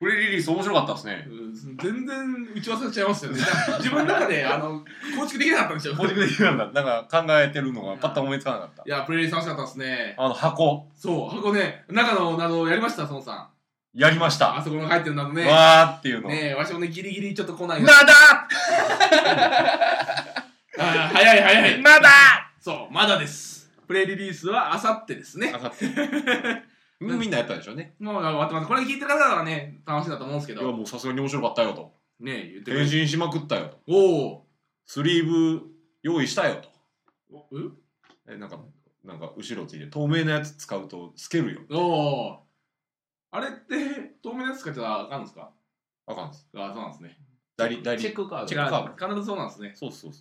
プレリリース面白かったですね。うん全然打ち忘れちゃいますよね。自分の中で、あの、構築できなかったんですよ。構い築できるんだ。なんか考えてるのがパッと思いつかなかった。や、プレイリー楽しかったですね。あの箱、そう、箱ね、中の謎やりました、孫さん。やりました。あそこの入ってる謎ね。わーっていうの。ねえ、わしもね、ギリギリちょっと来ないまだあー早い早い。まだそう、まだです。プレイリリースはあさってですね。 みんなやったでしょうね。もう、待って待って、これ聞いてる方はね、楽しいんだと思うんですけいや、ど。もうさすがに面白かったよと。ねえ、言ってく変れ。身しまくったよと。おースリーブ用意したよと。お。うえ、なんか、なんか後ろついて、透明なやつ使うと透けるよ。おーあれって、透明なやつ使っちゃあかんですかあかんです。あーそうなんですね。代理、代チェ理ッ。クカーチドェックカー必ずそうなんですね。そうそうそ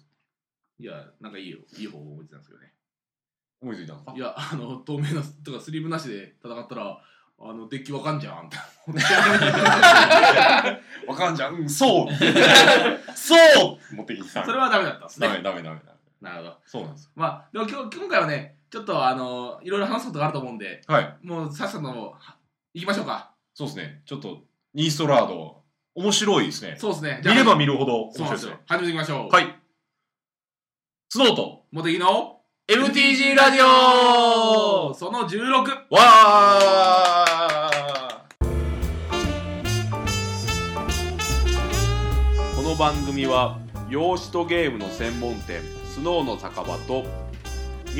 う。いや、なんかいいよ、いい方法思いついたんですけどね。思いついたのかい。や、あの、透明な、とかスリーブなしで戦ったら、あの、デッキわかんじゃん。 わかんじゃん。うん、そうそう持ってきてた。それはダメだったんですダね。メダメダメダメ。なるほど。そうなんですまあ、でも今日、今回はね、ちょっとあの、いろいろ話すことがあると思うんで、よ。はい。もうさっさともう、は行きましょうか。そうですね。ちょっと、インストラード、面白いですね。そうですね。見れば見見るほど面そ白うないんでですすよね。。始めていきましょう。。はいい。スノーと、モテギの、 MTG ラジオその16。わこの番組は洋紙とゲームの専門店スノーの酒場とニ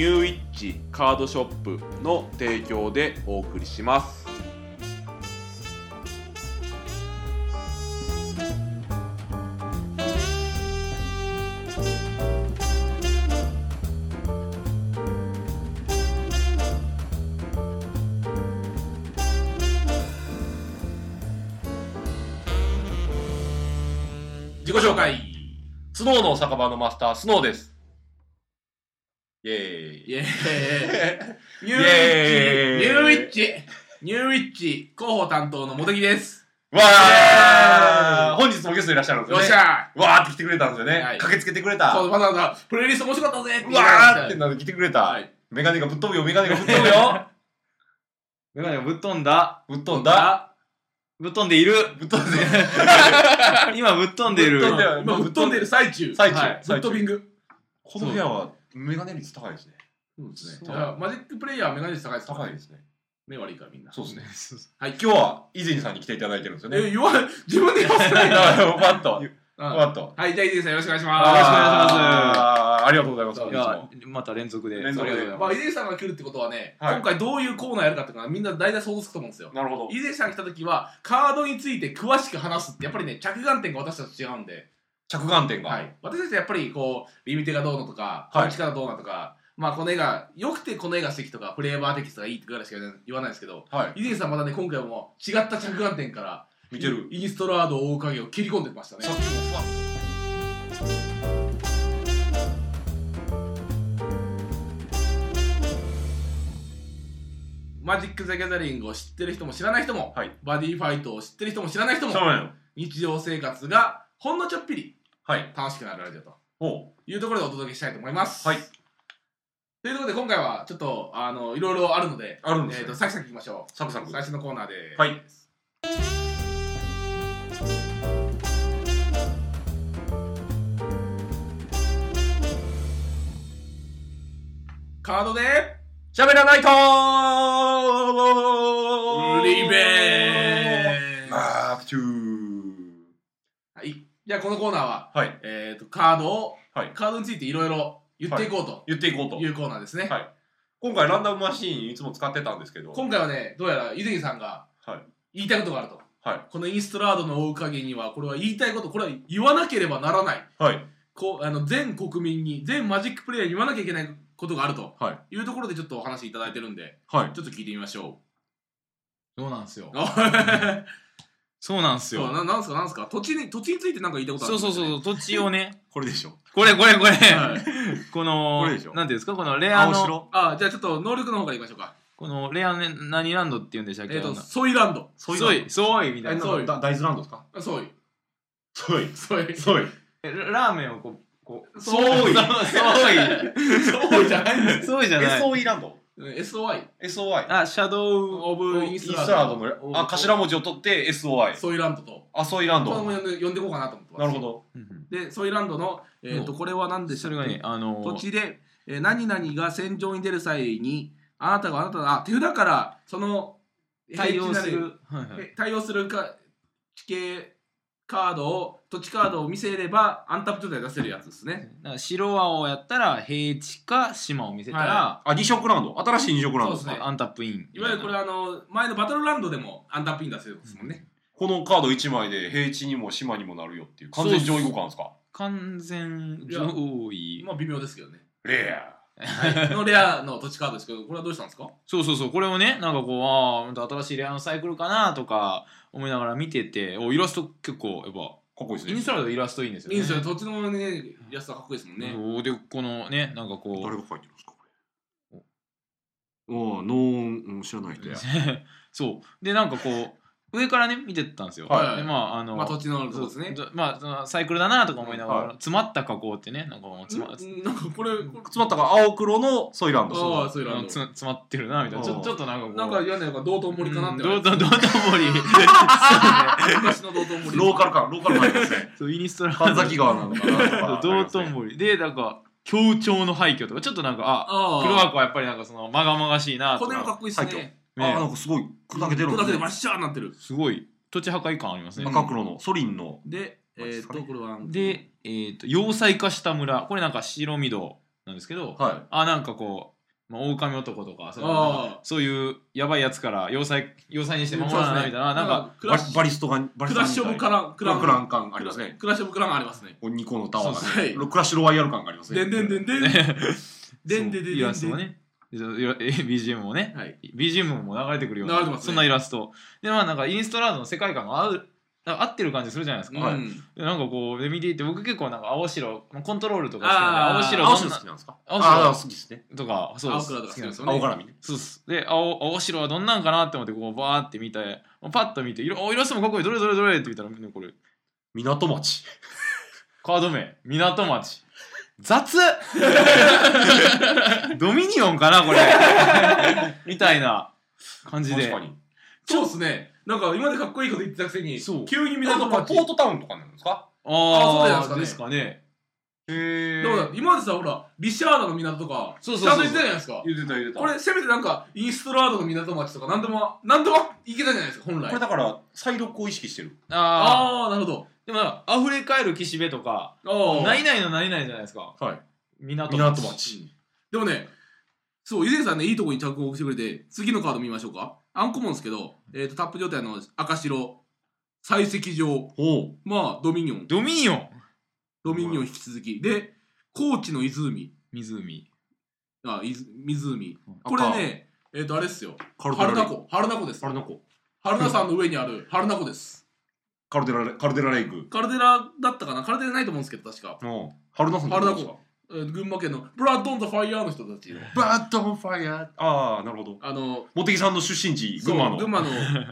ューイッチカードショップの提供でお送りします自己紹介。スノーの酒場のマスター、スノーです。イェーイ。イェーイ。ニューイエーイッチ、ニューイッチ、ニューイッチ、広報担当のモテギです。わー本日もゲストいらっしゃるんですよよっね。しゃわーって来てくれたんですよね。はい駆けつけてくれそた。う、わざわざ、プレイリスト面白かったぜってうわ言いましたーってなって来てくれたは。い。メガネがぶっ飛ぶよ、メガネがぶっ飛ぶよ。メガネがぶっ飛んだ。ぶっ飛んだ。ぶっ飛んでいる。ぶっ飛んで。今ぶっ飛んでいるぶっ。飛んで今、吹っ飛んでる最中。最中はい。吹っ飛びング。この部屋はメガネ率高いですね。そうですねね。だからマジックプレイヤーはメガネ率高いですから高いですね。目悪いからみんな。そうですね。はい。今日は伊勢さんに来ていただいてるんですよね。え、言わない、自分で言わせ ないだな。から、パッと。うんパッと。はい、じゃあ、いいですね。よろしくお願いしよろしくおま願いしますあーありがとうございます。そうい本や日も、また連続で。連続でありがとうす。ごまあ、ざ伊い勢さんが来るってことはね、はい今回どういうコーナーやるかっていうのはみんな大体想像つくと思うんですよ。なるほど。伊勢さん来た時は、カードについて詳しく話すって、やっぱりね、着眼点が私たちと違うんで、着眼点が。はい、私たちはやっぱりこうリミテがどうのとはか、いこの力どうのとか、まあ、この絵が良くてこの絵が素敵とかフレーバーテキストがいいとかしか言わないですけどはい。伊勢さんまだね今回も違った着眼点から見てる。インストラード大影を切り込んでましたさっねきもふわっマジック・ザ・ギャザリングを知ってる人も知らない人も、はいバディファイトを知ってる人も知らない人ともそうなの。日常生活がほんのちょっぴりはい。楽しくなるラジオとほいうところでお届けしたいと思います、はいということで今回はちょっとあのいろいろあるのでう。あるえんですー、とね。サクサクいきましょうサクサク。最初のコーナーです、はいカードで喋らないとリベンジマークトゥー。はいじゃあこのコーナーは、はい。えー、とカードを、はいカードについていろいろ言っていこうと言っていこうとい。うコーナーですね、はい今回ランダムマシーンいつも使ってたんですけど。今回はねどうやら伊勢さんがはい言いたいことがあると、はいこのインストラードの追う影にはこれは言いたいことこれは言わなければならないはい。こうあの全国民に全マジックプレイヤーに言わなきゃいけないことがあると、、はいうところでちょっとお話いただいてるんではい。ちょっと聞いてみましょますそうなんですよ う。あそうなんですそうよ。ななんすかなんすか土地に土地についてなんか言いたいことあそるうそうそうう、土地をね、これでしょ。これこれこれ、はい、この、これなんでてしいょうんですか、このレア青の、白。あじゃあちょっと能力の方からいきましょうかこのレアね、何ランドって言うんでしたっけえっ、とあのソイランドソイ、ソイみたいえな。そうだ大豆ランドですかあソイソイ。ソイソイ。えラーメンをこう、こう。ソイそうソイ。ソイじゃないんですそうじゃない。イランド SOI SOI。あ、シャドウ。オブイインンススララーードドの、あ、頭文字を取って SOI。ソイランドとあ、ソイランこれもド。呼んで呼んでいこうかなと思ってまなするほど。でソイランドの、えー、とうんこれは何でしたそっけれがね、あのー土地で、えー何々が戦場に出る際にあなたがあなたのあ手札からその対応す平地なる。はいはいりえ対応するか地形カードを土地カードを見せればアンタップ状態出せるやつですねなんか白青やったら平地か島を見せたら、はあ、二色ランド。新しい二色ランド。そうですねアンタップイン。いわゆるこれあの前のバトルランドでもアンタップイン出せるんですもんね、このカード1枚で平地にも島にもなるよっていう完全上位互換ですか完全上位。まあ微妙ですけどねレアのレアの土地カードですけどこれはどうしたんですかそうそうそう、これをね、なんかこう、ああ、また新しいレアのサイクルかなとか思いながら見てて、おイラスト結構、やかっっぱ、こいいイでンすねストラードイラストいいんですよね。いいんですよ土地のねやつはかっこいいですもんね、そうで、このね、なんかこ、が書いてるんですかこれおあノーンうん知らないう そう。で、なんかこう、上からね、見てたんですよ。はいで、まあ、あの、まあ土地のとそこうですね。まあその、サイクルだなとか思いながら、はい詰まった加工ってね、なんかもう詰まっんなんかこれ、こ詰まったから青黒のソイランドああ、そういうあののつ詰まってるなみたいなちうょんちょっとなんかこうなんか嫌なのが道頓堀かなって。どうどうどうどう森 昔の道頓堀。ローカル感ローカル感ありますねそうイニストラ神崎川なのかなとか道頓堀でなんか協調の廃墟とかちょっとなんかあああ。黒箱はやっぱりなんかそのまがまがしいなことれもかかっこいいっすね。ああなねんかすごい砕けてるんだですけで真っねシャーになってる。すごい土地破壊感ありますね赤黒のソリンので、えーっと、これは。でえっと要塞化した村これなんか白御堂なんですけどはあなんかこうまあ狼男とかそのああ。そういうやばいやつから要塞要塞にして守らないみたいななんかか、いクバラリッシバリストがバリスュ、クトラッシュオブカラン、ククララン。ンクラン感ありますねクラッシュオブカランありますね。こうニコのタワそうーそうがねクラッシュロワイヤル感がありますでねんでんでんでん。でんでんでんでん イラストもねでそういやえ BGM もねはい。 BGM も流れてくるよう流れてな、ますねそんなイラストでまあなんかインストラードの世界観が合うなんか合ってる感じするじゃないですか、はいうんでなんかこうで見ていて僕結構なんか青白コントロールとかあー好きなんで青青白好白どんきなんですか青白ああ好きですねなとかそう青黒と好かきなんですよ好き青絡みねそうっすで青青白はどんなんかなって思ってこうバーって見てパッと見て色お色素もかっこいいどれどれどれって見たらこれ港町カード名港町雑ドミニオンかなこれみたいな感じで確かにそうっすね。なんか今までかっこいいこと言ってたくせに、そう急に港港町町。ポートタウンとかになるんですかああそうじゃないでですすかね。へどうだ今までさ、ほら、リシャードの港とか、ちそゃうんとそうそう言ってたじゃないですか。言ってた言ってたこれせめてなんかインストラードの港町とか何でも何でもいけたじゃないですか本来これだから再録を意識してるああ。ああなるほどでもなんか、溢れ返る岸辺とか、ああ何々の何々じゃないですか。はい港港町。町でもねそうゆでさんねいいとこに着目してくれて次のカード見ましょうかアンコモンですけど、えー、とタップ状態の赤白採石場おうまあドミニオンドミニオン。ドミニオン引き続きで高知の湖湖。あいず湖赤これねえっ、とあれっすよカルデラ春レ名イク湖春名湖ですカルナコ春名山の上にある春名湖ですカルデラレカルデラレイクカルデラだったかなカルデラないと思うんですけど確かうん春菜さん春名湖えー群馬県のブラッドオン・ザ・ファイヤーの人たちのバッドオンファイアーああなるほどあの茂木さんの出身地群馬のそう群 馬の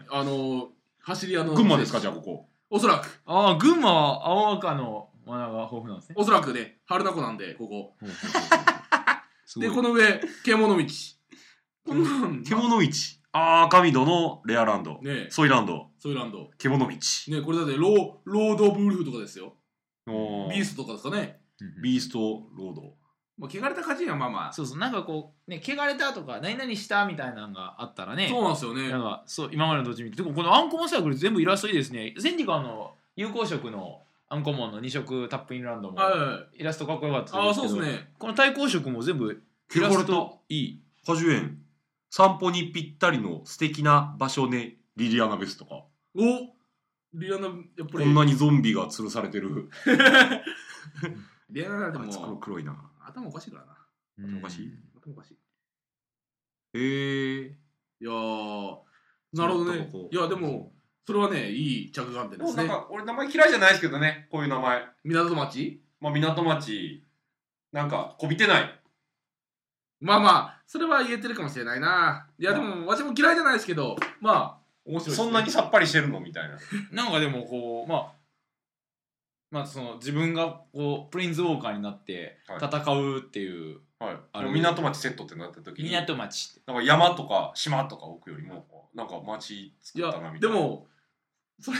あの走り屋の群馬ですかじゃあここおそらくああ、群馬は青赤の罠が豊富なんですね。おそらくね春名湖なんでここすごいでこの上獣道こんなんね 獣道ああ神戸のレアランドえソイランドソイランド獣道ねえこれだってローロード・オブ・ウルフとかですよおビーストとかですかねビーストロードまあ汚れた家人はまあまあそうそう、なんかこう、ね、汚れたとか、何々したみたいなのがあったらね。そうなんですよなんねか、そう、今までのどっち見て。でも、このアンコモンサイクル全部イラストいいですね。センディカーの有効色のアンコモンの2色タップインランドも、はいイラストかっこよかったああでそすけうどですねこの対抗色も全部イラ汚スれたトいい。果樹園散歩にぴったりの素敵な場所ねリリアナベスとかおリアナやっぱこりんなにゾンビが吊るされてるリアナであいつ黒も黒いな頭おかしいからなおかしい頭おかしいへえいやーなるほそどうだっねたここいやでもそれはねいい着眼点でもうすなんねか俺名前嫌いじゃないですけどねこういう名前港町まあ港町なんかこびてないまあまあそれは言えてるかもしれないないやでも私も嫌いじゃないですけどまあ面白いですねそんなにさっぱりしてるのみたいななんかでもこうまあまあその自分がこうプリンズウォーカーになってはい戦うっていう、はいあものう港町セットってなった時に港町ってなんか山とか島とか置くよりもこうなんか町い作ったなやみたでいなもそれ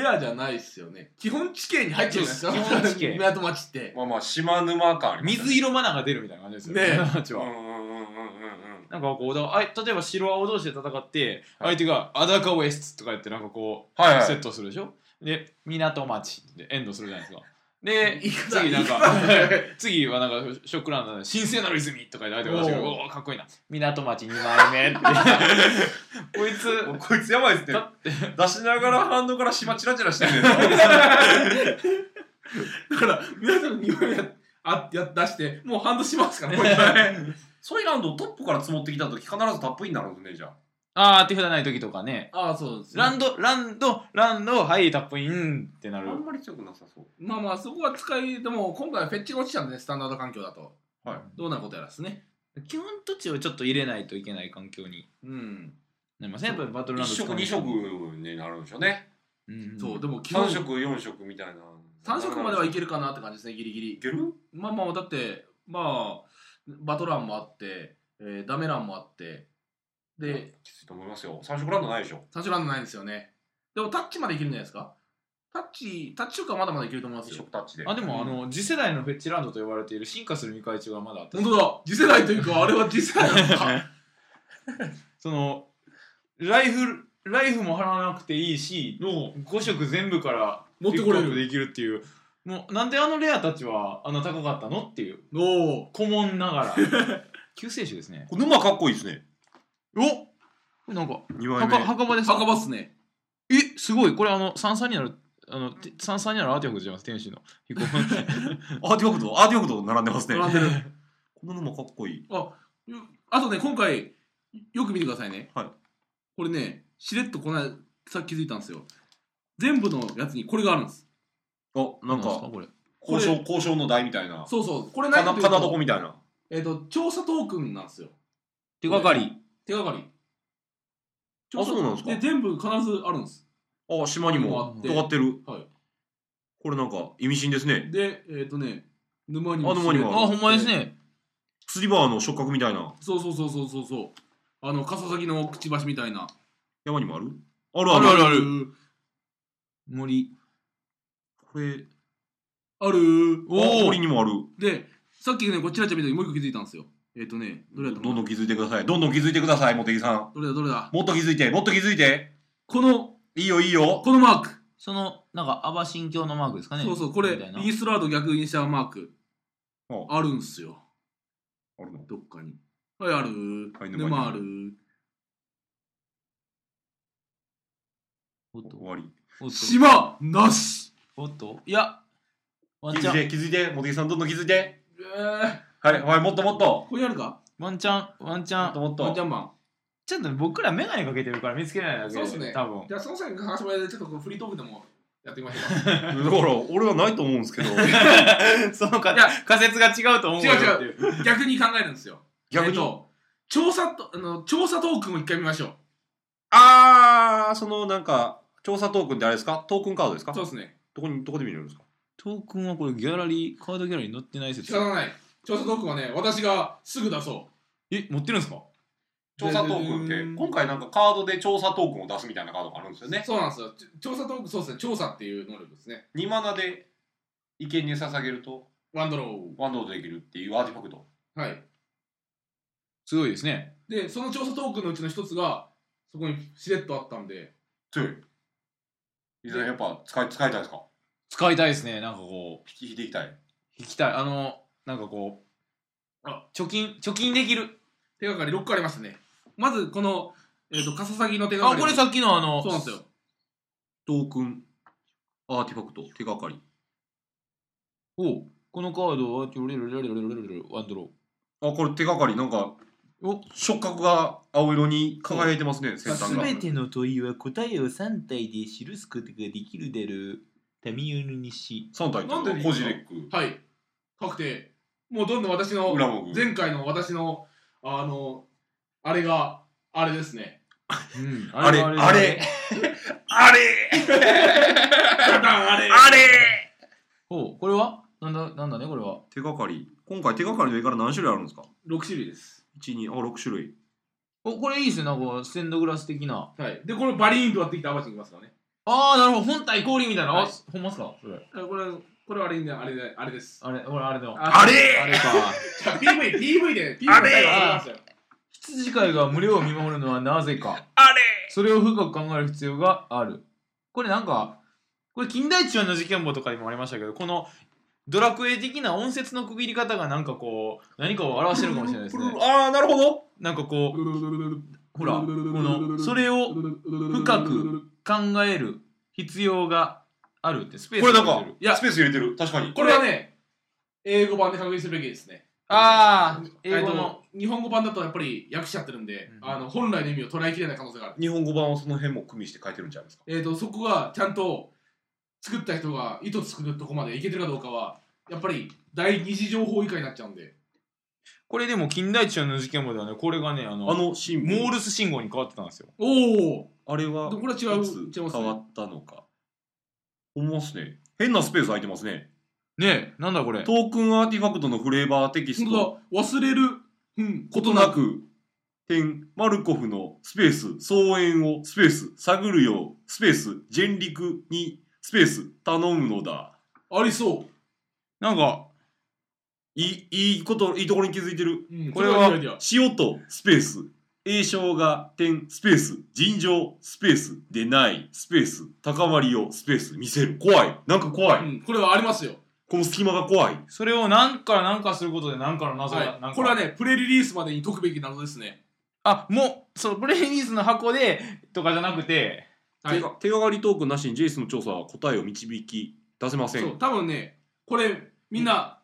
レアじゃないっすよね基本地形に入ってるんですよそうです基本地形 港町ってまあまあ島沼感ありますよね水色マナーが出るみたいな感じですよねえ港町うんは。うんうんうんうんうんなんかこうだからあい例えば白青同士で戦って相手が「アダカウエスト」とか言ってなんかこうはいはいセットするでしょで港町でエンドするじゃないですかでいくら次なんいかくら 次はなんかショックランドで「神聖なる泉」とか言って相手がおうわかっこいいな港町2枚目」って こいつおこいつやばいっすねだ出しながらハンドから島チラチラしてるねだから港の匂いがあや出してもうハンドしますからもう一回ソイランドトップから積もってきた時必ずタップインになるんですねじゃああー手札ない時とかね ああそうですねランドランドランドはいタップインってなあるんまり強くなさそうまあまあそこは使いでも今回はフェッチが落ちちゃうんでねスタンダード環境だと、はいどうなることやらですね基本土地をちょっと入れないといけない環境にうんなりませんやっぱりバトル1ラウンド色2色になるんでしょうねうんそうでも基本3色4色みたいな3色まではいいけるかなって感じですねギリギリけるまあまあだってまあバトランもあって、えーダメランもあってできついと思いますよ3色ランドないでしょ3種ランドないんですよねでもタッチまでいけるんじゃないですかタッチタッチとかはまだまだいけると思いま2すよ色タッチであでもあの次世代のフェッチランドと呼ばれている進化する未開地がまだあって本当だ次世代というかあれは次世代なんです かそのライフライフも払わなくていいしの5色全部から持ってこれるピックアップできるっていうもうなんであのレアたちはあんな高かったのっていうの顧問ながら救世主ですねこれ沼かっこいいですねおこれなんか2墓墓場ですか墓場っすねえすごいこれあの三三になるあのて三三になるアーティファクトじゃない 天使の飛行アーティファクトアーティファクト並んでますね並んでるこの沼かっこいいあとね今回よく見てくださいね、はいこれねしれっとこの間さっき気づいたんですよ全部のやつにこれがあるんですあなんですかこれ交渉交渉の台みたいなそうそうこれないかとないうかなどこみたいなえっ、と調査トークンなんですよ手がかり手がかりあそうなんですかで全部必ずあるんですあ島にもあって尖ってるはいこれなんか意味深ですねでえっ、とね沼にあ沼にもああほんまですね釣りバーの触覚みたいなそうそうそうそうそうそうあの笠崎のくちばしみたいな山にもあるあるああるある森これあるおおお森にもあるでさっきねこちらちら見た時もう一個気づいたんですよえっ、とねどれだったかどんどなん気づいてくださいどんどん気づいてください茂木さんどれだどれだもっと気づいてもっと気づいてこのいいよいいよこのマークそのなんかアバ神教のマークですかねそうそう、これみたい、なインストラート逆インシャーマークお。あるんすよ、あるのどっかに。はい、あはるいー。沼に沼あるー。おっと終わりおっと島なしおっといやワン気チづいャンて気づいて茂木さんどんどん気づいてえー、はいはいもっともっとここにあるかワンチャンワンチもャっとンもっワンジャとンマちょっと僕ら眼鏡かけてるから見つけられないだけそうっすね多分 ン。じゃあ、その際に話し前でちょっとこうフリートークでもやってみましょう か。だから俺はないと思うんです けどそのいや仮説が違うと思違う違う。 逆に考えるんですよ。逆えっにと調査とあの、調査トークンを一回見ましょあーそのなんか調査トークンってあれですかトークンカードですかう。そうですね。どこにどこで見れるんですかトークンはこれギャラリーカードギャラリーに載ってない仕説方ない。調査トークンはね、私がすぐ出そえ持ってるんですかう。調査トークンでって今回なんかカードで調査トークンを出すみたいなカードがあるんですよねそうなんですよ。ち調査トーク、そうですね。調査っていう能力ですね。 2マナで生贄に捧げるとワンドロワンドでできるっていうアーティファクトー。はい。すごいですねでその調査トークンのうちの一つがそこにしれっとあったんで強い伊沢さんやっぱ使い使いたいですか使いたいですねなんかこう引き引いていきたい引きたいあのなんかこうあ貯金貯金できる手がかり6個ありましたねまずこの、えー、と笠崎の手がかありこれさっきのあのそうなんですよトークンアーティファクト手がかりおこのカードはルルルルルルルルルワンドロあこれ手がかりなんかお触覚が青色に輝いてますね先端がての問いは答えを3体で記すことができるでる民ユルにし3体なんでいいのホジレックはい確定もうどんどん私の裏も前回の私のあのあれがあれです ねうんあれあれ あれダダンあれあれおこれはなんだなんだねこれは手がかり今回手がかりの絵柄何種類あるんですか6種類です12あ6種類おこれいいですねなんかステンドグラス的なはいでこれバリーンと割ってきたアバチンきますからねああなるほど本体氷みたいな、はいあほんまっすかそれあこれこれはあれねあれであれですあれこれあれだよあれあれかじゃあ PV PV で PV であれあれ羊飼いが群れを見守るのはなぜかあれそれを深く考える必要があるこれなんかこれ近代一の事件簿とかにもありましたけどこのドラクエ的な音節の区切り方がなんかこう何かを表してるかもしれないですねああなるほどなんかこうほらこの深それを深く考える必要があるってスペースこれなんがか出てるいやスペース入れてる確かにこれはね英語版で確認すべきですねああ英英語語のの日本語版だとやっぱり訳しちゃってるんで、うんあの本来の意味を捉えきれない可能性がある日本語版をその辺も組みして書いてるんじゃないですかえー、とそこがちゃんと作った人が意図作るとこまでいけてるかどうかはやっぱり第二次情報以下になっちゃうんでこれでも近代一の事件簿ではねこれがねあのあのシーンモールス信号に変わってたんですよおおあれはでもこれは違ういつ変違いますねわったのか思いますね変なスペース空いてますねねえなんだこれトークンアーティファクトのフレーバーテキスト本当だ忘れる、うん、ここととななくく点マルコフのスペース草園をスペース探るようスペース人力にスペース頼むのだありそなんかいいいいこといいところに気づいてるう、うん、これはそいいアイデア塩とスペース栄翔が点スペース尋常スペースでないスペース高まりをスペース見せる怖いなんか怖い、うん、これはありますよ、この隙間が怖いそれを何から何かすることで何かの謎が、なんはかい、これはねプレリリースまでに解くべき謎ですねあもうそのプレイリースの箱でとかじゃなくてはい手が手がかりトークンなしにジェイスの調査は答えを導き出せませそうん多分ねこれみんな、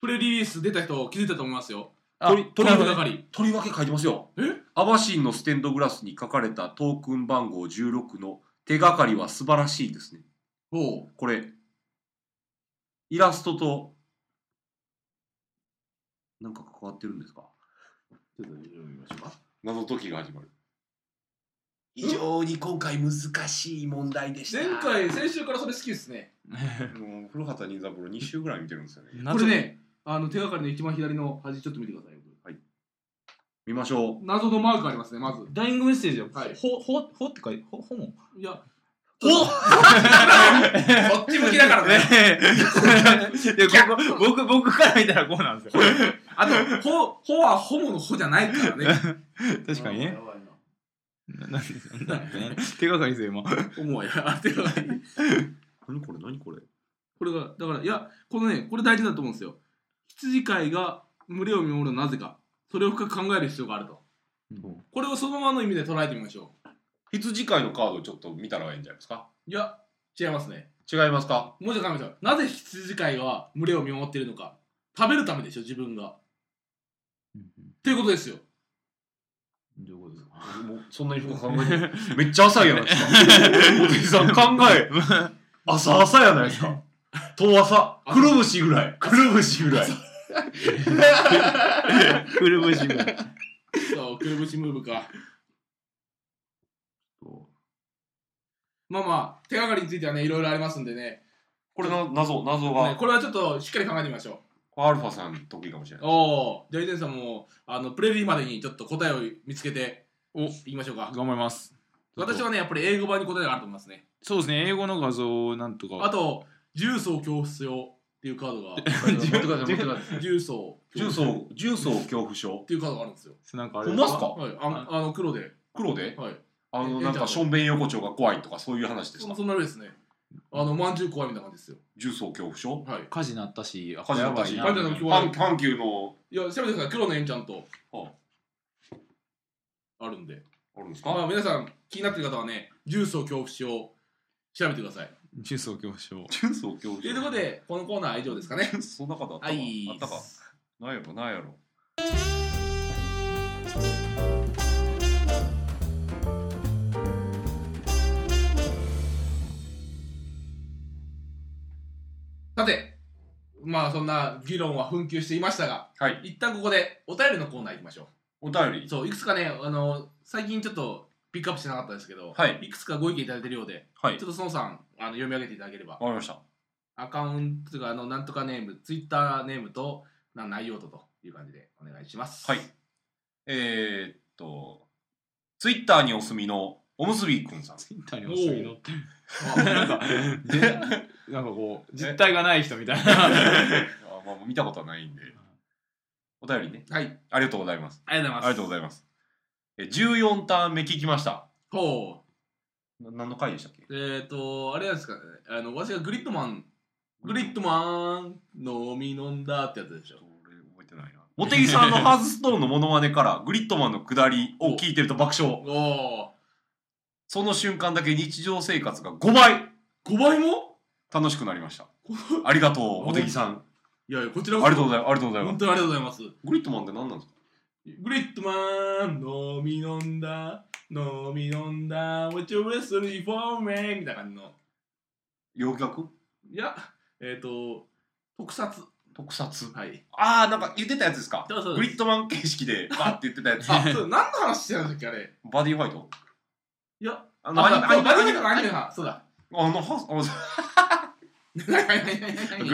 プレリリース出た人気づいたと思いますよあ鳥鳥ななるるほほどどかりとりわけ書いてますよえアバシンのステンドグラスに書かれたトークン番号16の手がかりは素晴らしいですねおうこれイラストとなんか関わってるんですかちょっと読みましょうか謎解きが始まる非常に今回難しい問題でし前回先週からそれ好きですねもう古畑任三郎2週ぐらい見てるんですよねこれね、あの手がかりの一番左の端ちょっと見てください。見ましょう謎のマークありますね、まず。ダイイングメッセージよ、はいほほほって書いてほほもいや、 おそっち向きだ からね。いやここ僕僕から見たらこうなんですよ あと、ほ、ほはホモのほじゃないからね。確かにねやばいな。ななんでなんで ね手がかりですよ今思うや、あ手がかり。何これ何これこれが、だから、いや、このね、これ大事だと思うんですよ。羊飼いが群れを見守るのはなぜか。それを深く考える必要があると。これをそのままの意味で捉えてみましょ羊飼いのカードをちょっと見たらええんじゃないですかう。いや、違いますね。違いますかもうちょっと考えましょう。なぜ羊飼いは群れを見守っているのか。食べるためでしょ、自分が。ということですよ。どういうことですかもうそんなに深く考えてないめっちゃ浅い やないですかおじさん考え朝朝やないですか 遠朝くるぶしぐらいくるぶしぐらいくるぶしぐらいそう、くるぶしムーブか。まあまあ、手がかりについてはね、いろいろありますんでね。これの謎謎ねがこれはちょっとしっかり考えてみましょアルファさん得意かもしれう。ないおお、じゃあ、伊さんも、あの、プレリーまでにちょっと答えを見つけて、おいきましょうか。頑張ります私はね、やっぱり英語版に答えがあると思いますね。そうですね英語の画像をなんとかあと、重曹恐怖症っていうカード 持が、ってください持ってください重曹重恐怖曹症重曹恐怖症っていうカードがあるんですよ。なんかあほれんまっすかはい、あんあの黒で、黒ではい。あのなんかしょんべん横丁が怖いとかそういう話ですそんかそんな上ですね。あの、まんじゅう怖いみたいな感じですよ。重曹恐怖症はい。火事になったし火事になったしや火ば事いになったしな阪阪急のいや、調べてください、黒のエンちゃんと。はあるんで。あるんですまかあ、皆さん気になってる方はね重曹恐怖症調べてください重曹恐怖症重曹恐怖症ということでこのコーナーは以上ですかねそんなことあったはかいあったかなんやろなんやろさてまあそんな議論は紛糾していましたがはい一旦ここでお便りのコーナー行きましょお便りうそういくつかねあの最近ちょっとピックアップしてなかったですけど、はいいくつかご意見いただいてるようではいちょっとそのさんあの読み上げていただければわかりましたアカウントがあのなんとかネーム、ツイッターネームとな内容とという感じでお願いします。はい。えー、っと、ツイッターにお住みのおむすびくんさん。ツイッターにお墨のってあなんかでなんかこう実体がない人みたいなあまあ、見たことはないんで。お便りね。 はい、ありがとうございます。ありがとうございあます。りがとうございます。え14ターン目聞きました。ほな何の回でしたっけう。えっ、ー、と、あれなんですかね。あの、私がグリッドマン、グリッドマン、飲み飲んだってやつでしちょょっと。俺覚えてないな。茂木さんのハーズストーンのモノマネからグリッドマンの下りを聞いてると爆笑。おその瞬間だけ日常生活が5倍ー、5倍も楽しくなりま した。ありがとう、茂木さん。いやいや、こちあらりこがとうそございます。ありがとうございます本。当にありがとうございます。 グリッドマンって何なんですかグリッドマン、飲み飲んだ、飲み飲んだ、What you listening for me? みたいな感じの。洋楽いや、えっ、ー、と、特撮。特撮はい。ああ、なんか言ってたやつですかそうそうですグリッドマン形式でバーって言ってたやつ。 あ、それ何の話してたんだっけ、あれ。バディファイトいや、ああ、そうアニメアニメあか、アニメか。そうだ。の、はあのグリ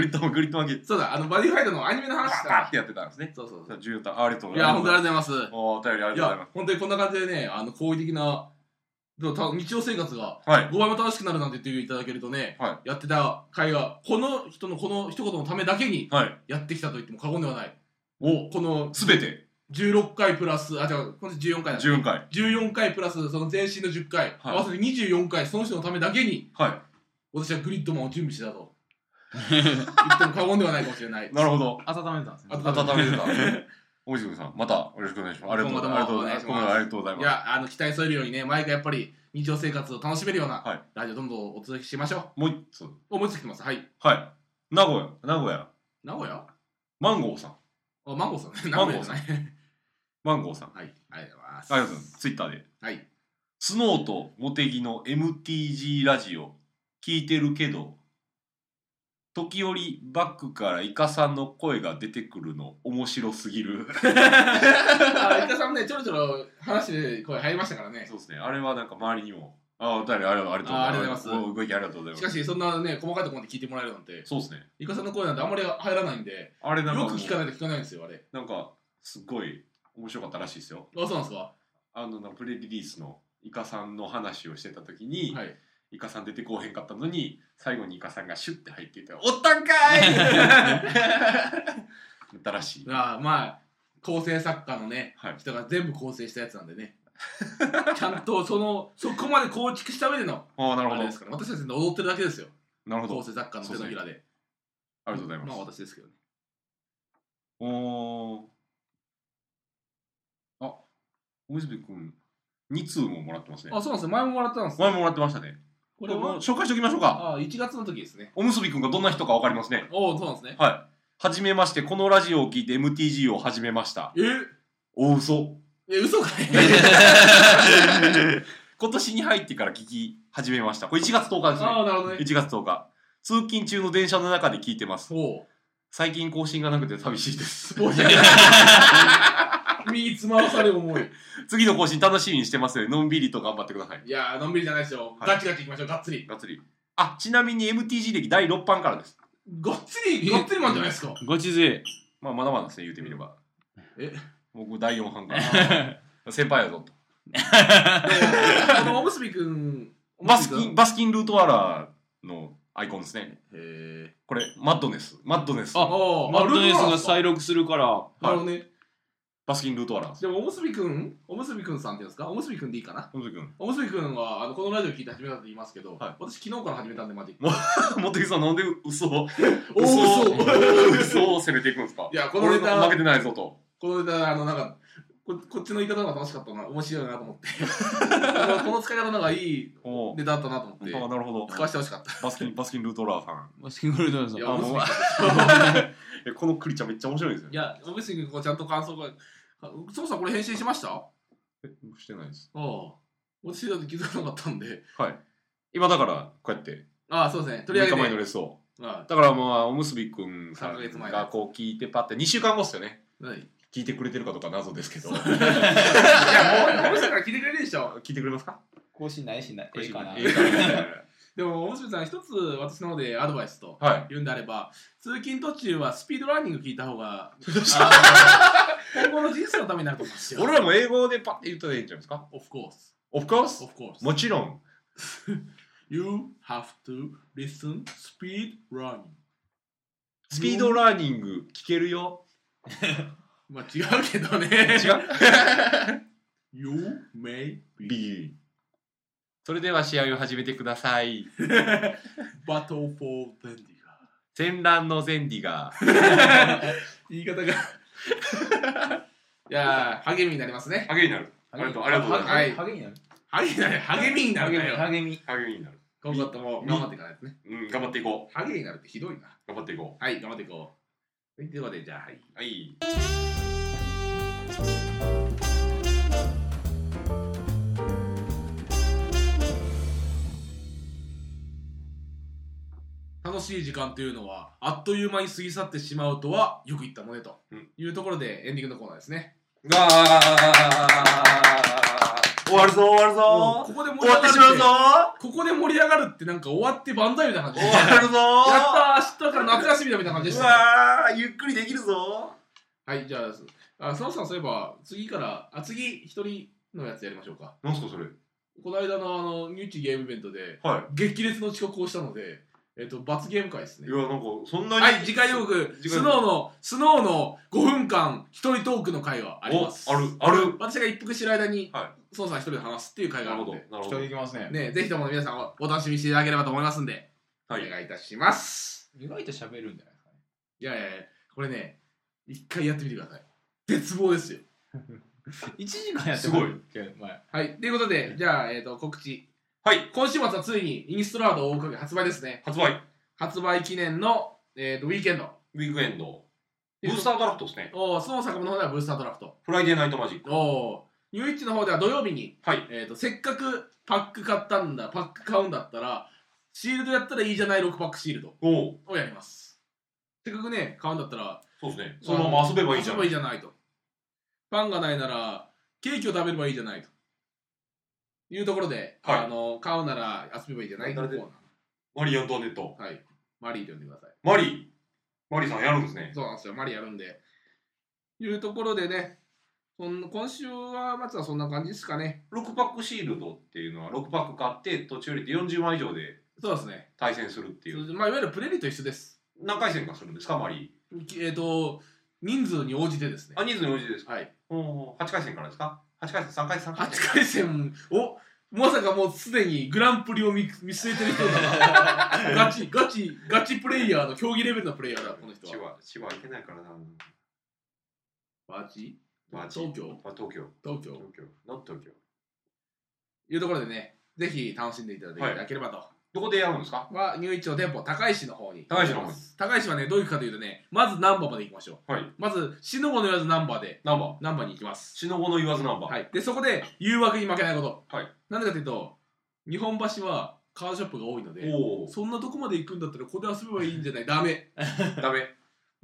ッドマン、グリッドマン形式。そうだ、あの、バディファイトのアニメのバ話ーっだ。てやってたんですね。そうそうそう。 14ターン、ありがとうごいざいや、ま本す当にありがとうございまおお便りありがとうす。いございやま、本当にこんな感じでね、あの、好意的な、でもた日常生活がす。はい。 5倍も楽しくなるなんて言っていただけるとね、はやってた会が、この人のこの一言のためだけにはい。やってきたと言っても過言ではない。おこのすべて、 16回プラス、あ、違う、この14回だ。 14回。 14回プラス、その前身の10回、はい合わせて24回、その人のためだけに、は私はグリッドマンを準備してた と。言っても過言ではないかもしれないい。。なるほど。温めたんですね温温めて た。大石君さん、またよろしくお願いします。ありがとうございます。今後ともお願いします今後もありがとうございいます。や、あの、期待添えるようにね、毎回やっぱり日常生活を楽しめるような、はいラジオどんどんお届けしましょもう一つ。う。思いつきてます。はい。はい。名古屋、名古屋。名古屋マンゴーさん。あ、マンゴーさんね。マンゴー名古屋じさゃんない。マンゴーさん。あはい。ありがとうございます。りがとうございます。ツイッターで。はい。スノーとモテギの MTG ラジオ、聞いてるけど、時折バックからイカさんの声が出てくるの面白すぎ る。あ、伊田さんね、ちょろちょろ話で声入りましたからね。そうですね。あれはなんか周りにも、ああ、お便りありがとうございます。あありがとうございますおご意見ありがとうございます。しかし、そんなね、細かいところまで聞いてもらえるなんて、そうですね。イカさんの声なんてあんまり入らないんで、あれなんかもようく聞かないと聞かないんですよ、あれ。なんか、すごい面白かったらしいですよ。あ、そうなんですかはあの、なんかプレリリースのイカさんの話をしてた時に、い。イカさん出てこうへんかったのに、最後にイカさんがシュッて入っていたら、おったんかい だったらしい。あまあ、構成作家のね、はい。人が全部構成したやつなんで ね。ちゃんとその、そこまで構築した上での、ああ、なるあほれどです。から、私たちの踊ってるだけですよ。なるほ構ど。成作家の手のひらで。ありがとうございます。まあ私ですけどね。おーあ、おむすびくん、2通ももらってますね。あ、そうなんですよ。前ももらったんですよ前ももらってましたね。ここれれもも、紹介しておきましょうか。あ、1月の時ですね。おむすびくんがどんな人かわかりますね。おお、そうなんですね。はい。はじめまして、このラジオを聞いて MTG を始めました。えおうそ。え、嘘か い 今年に入ってから聞き始めました。これ1月10日ですね。ああ、なるほどね。 1月10日。通勤中の電車の中で聞いてます。ほ最近更新がなくて寂しいです。う。申し訳ない。身につまわされる思い。次の更新楽しみにしてますので、のんびりと頑張ってください。いやー、のんびりじゃないですよ。はいガチガチいきましょう、がっつり。がっつり。あ、ちなみに MTG 歴第6版からです。がっつり、がっつりマンじゃないですか。ごちぜまあ、まだまだですね、言うてみれば。え僕、第4版かあら。ー先輩やぞと。このおむすびくん、バスキへン、バスキンルートワラーのアイコンですね。え。これ、マッドネス。マッドネス。ああマッドネスが最再録するからなるほどね。バスキンルートワラーです。でも、おむすびくん、おむすびくんさんっていうんですかおむすびくんでいいかなおむすび くん。おむすびくんは、あの、このラジオ聞いて始めたって言いますけど、はい私昨日から始めたんで、マジック。モテギさん、なんで嘘を、お嘘嘘を、嘘を攻めていくんですかいや、ここのれネタ負け、てないぞと。このネタ、あの、なんか、ここっちの言い方の方が楽しかったな、面白いなと思って。 このこの使い方の方がいいおネタだったなと思って、あなるほど。使わせてほしかった。バスキン、バスキンルートワラーさん。マスキングルードいさや、んおむすびくんえ、このクリちゃんめっちゃ面白いですよい。や、おむすびくん、こうちゃんと感想が、あそもそもこれ返信しましたあえ僕してないです。あ。私だって気づかなかったんで。はい。今だから、こうやって、ああ、そうですね。取り6日上げ前ての。レッスンを。あだからまあ、おむすびくんさん三ヶ月前がこう聞いてパって、2週間後っすよね。あ、はい。聞いてくれてるかどうか謎ですけ ど。いや、もう、おむすびくん聞いてくれるでしょ。聞いてくれますか更新ないしないええええかなええかなでも面白いさん一つ私の方でアドバイスとはい言うんであれば通勤途中はスピードランニング聞いた 方があの今後の人生のためになると思うんですよ俺らも英語でパッて言ったらいいんじゃないですかオフコース Of course オフコースもちろん You have to listen speed running スピードラーニング聞けるよまあ違うけど ね違 You may う B それでは試合を始めてください battle for Bendiga 戦乱のゼンディガー言い方がいやー励みになりますね励みになるありがとうありがとうございます励みになる。励みになる励みになるかよ励み。励みになる今後とも頑張っていかないとねうん頑張っていこ励みになるってひどいなう頑張っていこはい、頑張っていこう。ということで、じゃあ、はい。うはい楽しい時間というのは、あっという間に過ぎ去ってしまうとは、よく言ったもねとうんいうところで、エンディングのコーナーですね。終わるぞ終わるもうぞここで盛終りわ上っがてるしまうっぞて、ここで盛り上がるって、なんか終わって万歳みたいな感じ。終やっわる ぞたー、明日から夏休みだみたいな感じでうしたね。わーゆっくりできるぞはい、じゃあ、すあ、そのさん、そういえば、次から、あ、次、一人のやつやりましょうか。なんすかそれこの間の、あの、ニューチゲームイベントで、は激烈の遅刻をしたので、えっと、罰ゲーム会ですねいい。やなんかそんなにはい、次回予告、次ス回予告ノーの、スノーの5分間、一人トークの会があります。おあるある私が一服してる間に、は孫さん一人で話すっていう会があなるるほどなので、るほ一人どいきますね。ね、ぜひとも皆さんおお楽しみにしていただければと思いますんで、はいお願いいたします。意外と喋るんじゃないですかね。いやいやいや、これね、一回やってみてください。絶望ですよ。 1時間やってすごいい。前はい、ということで、じゃあ、えっ、と、告知。はい今週末はついに、インストラード大影発売ですね。発売発売記念の、えっ、と、ウィーケンド。ウィークエンドブースタードラフトですねおー、スノー作の方ではブースタードラフト。フライデーナイトマジックおー、ニューイッチの方では土曜日に、はいえー、とせっかくパック買ったんだパック買うんだったらシールドやったらいいじゃない6パックシールドおおをやりますせっかくね買うんだったらそうですねそのまま遊べばいいじゃん遊べばいいじゃないとパンがないならケーキを食べればいいじゃないというところで、はいあの買うなら遊べばいいじゃない誰でコーマリー・アントワネットナーはいマリーと呼んでくださいマリーマリーさんやるんですねそうなんですよマリーやるんでいうところでねそん今週はまずはそんな感じですかね6パックシールドっていうのは6パック買って途中よりで40枚以上でそうですね対戦するっていうまあいわゆるプレリと一緒です何回戦かするんですかマリえっ、と、人数に応じてですねー。あ人数に応じてですかはい。お8回戦からですか8回戦3回戦3回戦8回戦を、まさかもうすでにグランプリを見見据えてる人 だな。ガチ、ガチ、ガチプレイヤーの競技レベルのプレイヤーだ、この人千葉は。千葉行けないからなバチまあ東京あ東京東東京京の東京いうところでね、ぜひ楽しんでいただければと。はどこでやるんですかニューイッチの店舗、高石の方に。高石の方に高石はね、どういうかというとね、まずナンバーまで行きましょう。はいまず、死の子の言わずナンバーで、ナンバーナンバーに行きます。死の子の言わずナンバー、はい、でそこで誘惑に負けないこと、はいなんでかというと日本橋はカードショップが多いのでおおそんなとこまで行くんだったらここで遊べばいいんじゃないダメダメ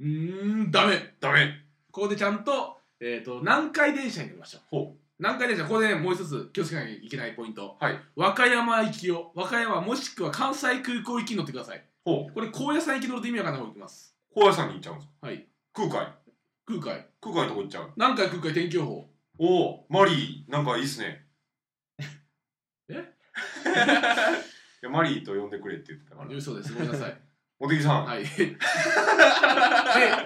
うーんダメダメここでちゃんと,、えー、と南海電車に乗りましょうほ南海電車ここでねもう一つ気をつけなきゃいけないポイント、はい和歌山行きを和歌山もしくは関西空港行きに乗ってくださいほうこれ高野山行き乗ると意味わかんない方行きます高野山に行っちゃうんですかはい空海空海空海のとこ行っちゃう南海空海天気予報おおマリーなんかいいっすね えいやマリーと呼んでくれって言ってたからそうですごめんな さい茂木さんはい、はい。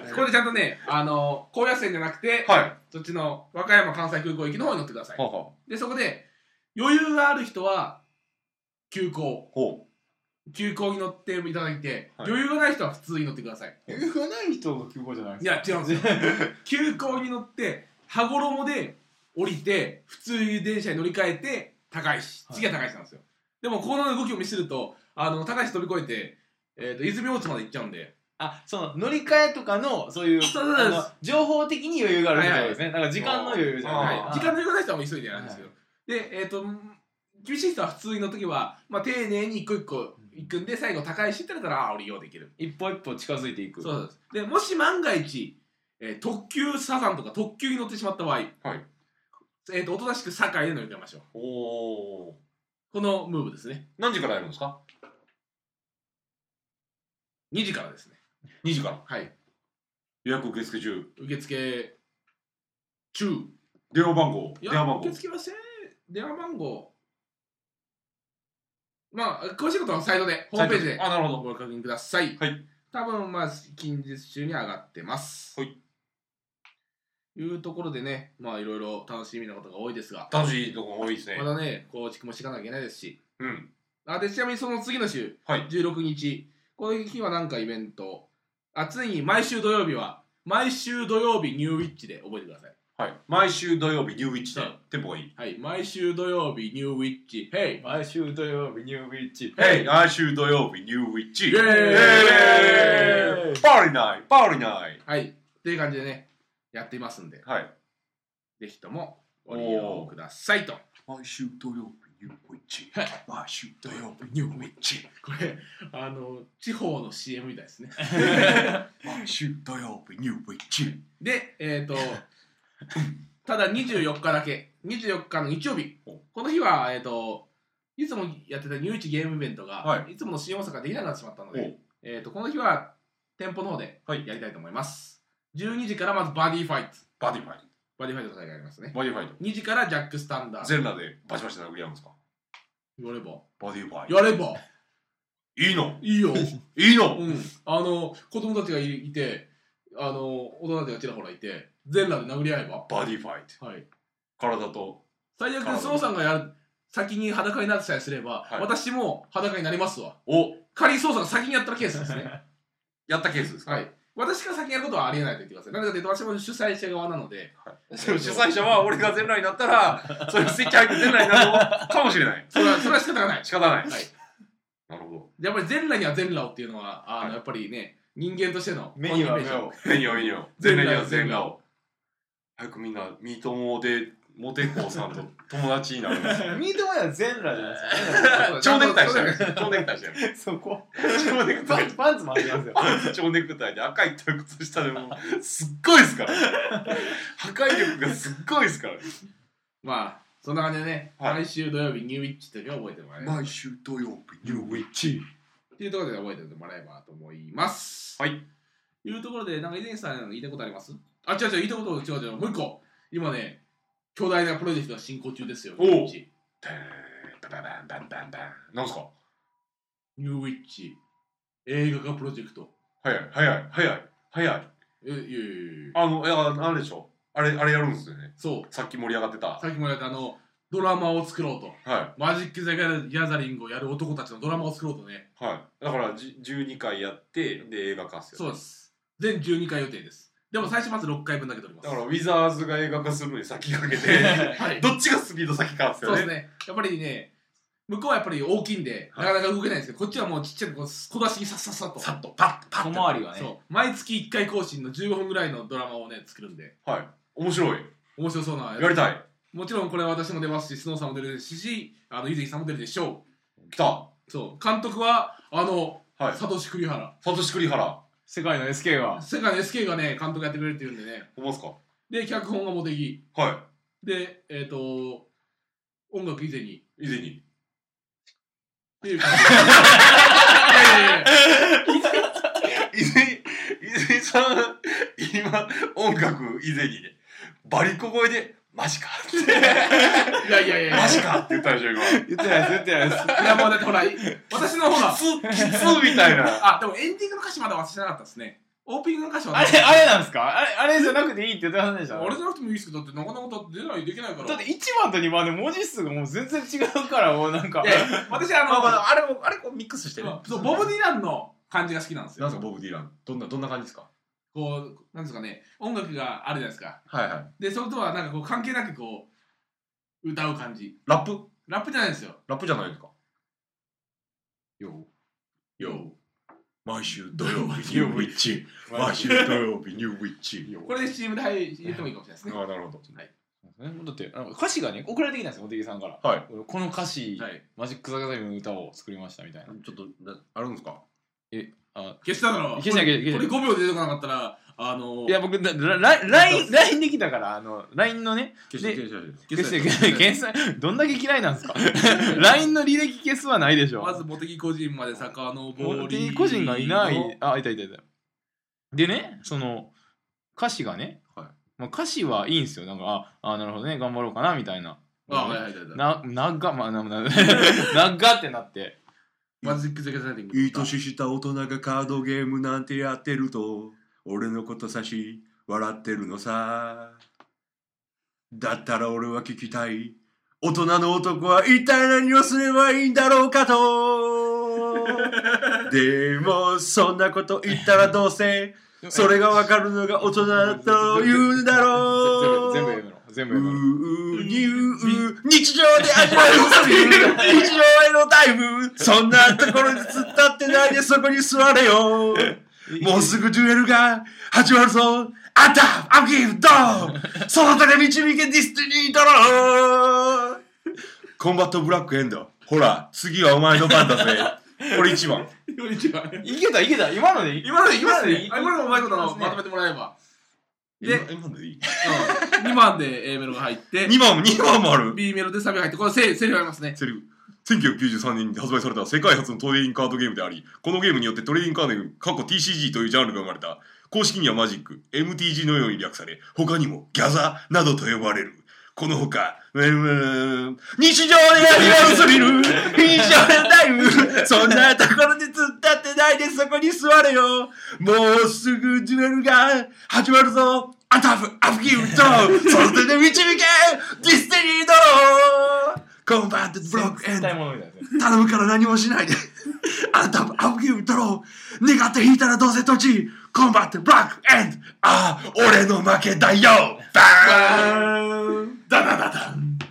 で、ここでちゃんとね、あの、高野線じゃなくて、はい、そっちの和歌山関西空港行きの方に乗ってください。はで、そこで、余裕がある人は、急行。ほ急行に乗っていただいて、はい余裕がない人は普通に乗ってください。言わない人が休校じゃないいや、違うん ですよ。急行に乗って、羽衣で降りて、普通に電車に乗り換えて、高石。はい次は高石なんですよ。でも、この動きを見せると、あの、高石飛び越えて、えっ、と、泉大津まで行っちゃうんで、あ、その乗り換えとかの、そういう、そうそうですあの情報的に余裕があるってことですね。なんか時間の余裕じゃない。あはーい、時間の余裕がない人はもう急いでやるんですよ、でえっ、と厳しい人は普通に乗っとけば、まあ、丁寧に一個一個行くんで最後高いしってなったらああ俺用できる一歩一歩近づいていく。そうですでもし万が一、えー特急サザンとか特急に乗ってしまった場合、はいえー、とおとなしく堺で乗り換えましょううおおこのムーブですね何時からやるんですか2時からですね2時からはい予約受付中受付中電話番号い電や話番号受付はせ電話番号まあ詳しいことはサイトでホームページであなるほどご確認くださいはい多分まあ近日中に上がってますはいいうところでねまあいろいろ楽しみなことが多いですが楽しいとこ多いですねまだね構築もしていかなきゃいけないですしうんあでちなみにその次の週はい16日この日はなんかイベントあついに毎週土曜日は毎週土曜日ニューウィッチで覚えてくださいはい毎週土曜日ニューウィッチではい店舗がいいはい毎週土曜日ニューウィッチヘイ毎週土曜日ニュービーチはい毎週土曜日ニューウィッチイエーイイエーイパーリーナイパーリーナイはいっていう感じでねやっていますんではいぜひともご利用くださいと毎週土曜日ニューウィッチはい毎週土曜日ニューウィッチこれあの地方の CM みたいですね毎週土曜日ニューウィッチでえっ、とただ24日だけ24日の日曜日おこの日はえっ、といつもやってたニューイチゲームイベントが、、はいつもの新大阪できなくなってしまったのおで、えー、とこの日は店舗の方ではいやりたいと思います、12時からまずバディファイトバディファイトバディファイトの大会ありますねバディファイト2時からジャックスタンダード全裸でバチバチ殴り合うんですかやればバディファイトやればいいのいいよいいのうん、あの子供たちがいいてあの大人たちがちらほらいて全裸で殴り合えば、バディファイトはい、体と最悪スノーさんがやる先に裸になってさえすれば、はい私も裸になりますわお仮に捜査が先にやったケースですねやったケース ですかはい私が先にやることはありえないと言ってくださいなぜかというと私も主催者側なのでその主催者は俺が全裸になったらそれスイッチ入って全裸になるかもしれないそれはそれは仕方が ない仕方ない、はいなるほやっぱり全裸には全裸をっていうのはあの、はいやっぱりね人間としての目には目本をどいいよいいよ全裸には全裸を早くみんなミートモでモテコさんと友達になるんですよミートマヤ全裸じゃな 人いとして蝶のネクタイして る蝶ネクタイしてるですかそこ蝶ネクタパインパンツもあります よパンツ蝶ネクタイで赤い靴下でもうすっごいですから破壊力がすっごいですからまあそんな感じでね、はい毎週土曜日ニューウィッチというのを覚えてもらえれば毎週土曜日ニューウィッチっていうところで覚えておいてもらえればと思います。はい。いうところで、なんか以前さんの言いたいことありますあ、違う違う、言いたいこと、違う違う、もう一個。今ね、巨大なプロジェクトが進行中ですよ。おうニューウィッチ。バンバンバンバンバンなんすかニューウィッチ映画化プロジェクト。早い早い早い早いえ、いやいやいやいやあのいやあれでしょあれあれやるんですよねそう。さっき盛り上がってたはさっきも言ったあの、ドラマを作ろうと。いはマジック・ザ・ギャザリングをやる男たちのドラマを作ろうとね。いだからじ12回やってで映画化っすよそうです。全12回予定です。でも最初まず6回分だけ撮ります。だからウィザーズが映画化するのに先駆け てはい。どっちがスピード先かっすそようですねね。やっぱりね、向こうはやっぱり大きいんで、はないかなか動けないんですけど、こっちはもうちっちゃくこう小出しにさっさっさっと。さっとパッとパ小ッ回りがそねう。毎月1回更新の15分ぐらいのドラマをね、作るんで、とはい面白い面白そうな。やりたいもちろんこれは私も出ますし、スノーさんも出るし、あの、ゆずきさんも出るでしょ来たはう。そう。監督は、あの、いサトシ栗原。サトシ栗原世界の SK は世界の SK がね、監督やってくれるっていうんでね。ほんまっすかで、脚本が茂木。はで、えっ、と、音楽以前に。い以前にっていう感じ。いやいやいや以前以前さん今音楽以前にねバリ小声でマ ジかって いやいやいやいやマジかって言ったでしょ今言ってないです言ってないですいやもうだってほら、私のほらき、つきつみたいなあ、でもエンディングの歌詞まだ忘れてなかったですね。オープニングの歌詞はあれあれなんですかあれあれじゃなくていいって言ってませんでしたあれじゃなくてもいいですけど、だってなかなかだって出ない、できないから。だって1番と2番で文字数がもう全然違うからもうなんかいやいや私あの、あれもあれこうミックスしてそうボブ・ディランの感じが好きなんですなんよ。ですかボブ・ディランどんなどんな感じですかこう、なんですかね、音楽があるじゃないですか。はいはいで、それとはなんかこう、関係なくこう、歌う感じ。ラップラップじゃないんですよ。ラップじゃないですかよよ毎週土曜日ニューウィッチ毎週土曜日ニューウィッチこれで CM で入入れてもいいかもしれないですね。あなるほどだってなんか歌詞がね送られてきたんですよ茂木さんからはいこの歌詞、はい。マジック・ザ・ギャザリングの歌を作りましたみたいなちょっとなあるんですかえあ消しただろ消した消した消したこれこれ5秒で出てこなかったらあのいや僕だラララインラインできたからあのラインのね消した消した決して消 した検 索どんだけ嫌いなんですか LINE の履歴消すはないでしょまず茂木個人まで坂のぼりモテ個人がいないあいたいたいたでねその歌詞がね、はいまあ、歌詞はいいんですよなんかああなるほどね頑張ろうかなみたいなあはいはいはいはいな長まあな な長ってなってマジック・ザ・ギャザリングいい 年した大人がカードゲームなんてやってると俺のことさし笑ってるのさだったら俺は聞きたい大人の男は一体何をすればいいんだろうかとでもそんなこと言ったらどうせそれがわかるのが大人だと言うんだろう全部全部読むの全部う読むうのうにうう日常で味わうスリル日常へのダイブそんなところに突っ立ってないでそこに座れ よもうすぐデュエルが始まるぞあんたアギフドーそなたが導けディスティニードローコンバットブラックエンドほら次はお前の番だぜこれ一番より違ういけたいけた今のでいい今のでいきますね今あの今のもうまいことままととめてもらえばでで今のでいいうん2番で A メロが入って2番も2番もある B メロでサビが入ってこれセセリフありますねセリフ1993年に発売された世界初のトレーディングカードゲームでありこのゲームによってトレーディングカードゲーム過去 TCG というジャンルが生まれた公式にはマジック MTG のように略され他にもギャザーなどと呼ばれるこのほか、うーん日常で味わうスリル日常でタイムそんなところで突っ立ってないでそこに座れよもうすぐデュエルが始まるぞアタフアフギウトそれで導けディスティニードローコンバットブロックエンド絶対ものみたいなね頼むから何もしないで。あなたもアブギウドロー。願って引いたらどうせ土地。コンバットブラックエンド。ああ、俺の負けだよ。バーンダダダダンっ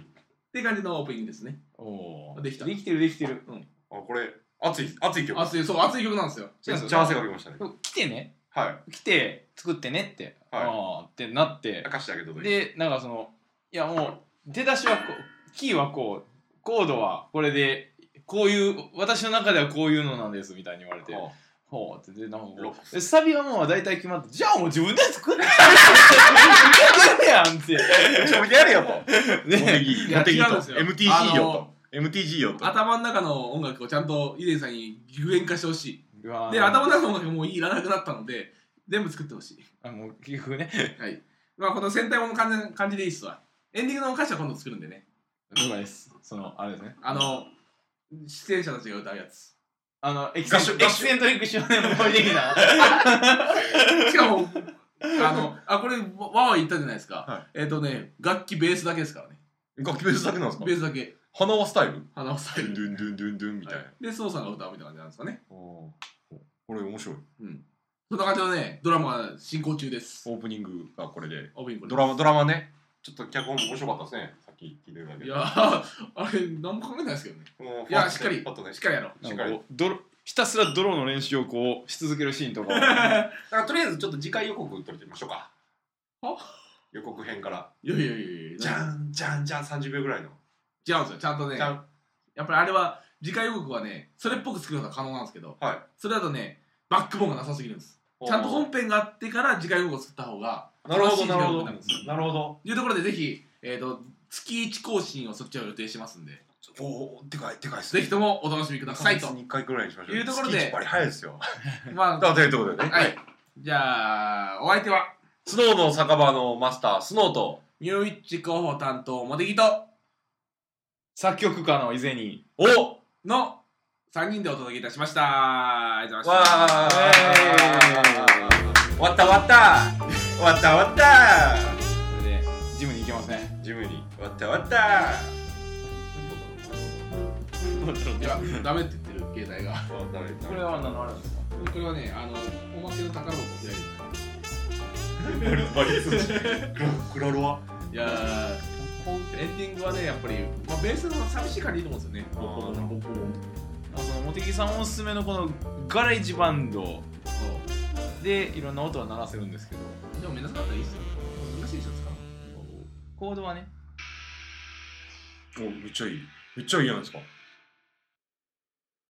て感じのオープニングですねおーできたできてるできてるうんあこれ熱い熱い曲熱いそう熱い曲なんですよめっちゃ汗かきましたねでも来てねはい来て作ってねって、はいああってなって明かしてあげてくださいでなんかそのいやもう出だしはこうキーはこうコードはこれでこういう私の中ではこういうのなんですみたいに言われてはほうってでなんかこロッうでサビはもう大体決まってじゃあもう自分で作れ作れやんってあちょやれよとねいややっていい違うんですと。よ MTG よあとの。 MTG よと。頭の中の音楽をちゃんとイデンさんに具現化してほしいで で頭の中の音楽もういらなくなったので全部作ってほしいあもう結局ねはいまあこの戦隊もの感じ感じでいいっすわエンディングの歌詞は今度作るんでね了解ですそのあれですねあの出演者たちが歌うやつあのエキセン合唱合唱エキセントリック少年ボーイ的な しかもあのあこれわわわ言ったじゃないですか、はえっ、とね楽器ベースだけですからね楽器ベースだけなんですかベースだけ花輪スタイル花をさドえゥンるドゥンドゥンドゥンドゥンみたいな。でソウさんが歌うみたいな感じなんですかねこれ面白い。うんそんな感じのねドラマが進行中ですオープニングがこれで。オープニングドラマ、ドラマね。ちょっと脚本も面白かったですね。さっき聞いてるだけいで。やーあれ何も考えてないですけどねもういやしっかりパッとねしっかりやろうしっかりなんかこうドロひたすらドローの練習をこうし続けるシーンとかをだからとりあえずちょっと次回予告撮りましょうかは予告編からいやいやいやいやじゃんじゃんじゃん30秒ぐらいの違うんですよちゃんとねじゃんやっぱりあれは次回予告はねそれっぽく作るのが可能なんですけど、はいそれだとねバックボーンがなさすぎるんですちゃんと本編があってから次回予告を作った方がなるほど楽しいなるほど時間になるんですよなるほどというところでぜひ、えー、と月1更新をそっちを予定してますんでおおでかいでかいっすぜひともお楽しみくださいと1回ぐらいにしましょういうところで月一割早いですよまだということであね。はいじゃあお相手はスノーの酒場のマスタースノーとニューイッチ広報担当茂木と作曲家の以前におわの3人でお届けいたしましたありがとうございましたあ終わった終わった終わった終わったこれでジムに行けますねジムに終わった終わったいやダメって言ってる携帯があダメダメこれは何のあれですかこれはねあのおまけの宝箱開いてるバリス クラロワいやーエンディングはね、やっぱり、まあ、ベースの寂しい感じでいいと思うんですよね。あーボコボコボコボコまあその茂木さんおすすめのこのガレージバンドでいろんな音は鳴らせるんですけどそうでも、目立たなかったらいいっすよ。難しいでしょ、使うのコードはねおめっちゃいいめっちゃいいじゃないですか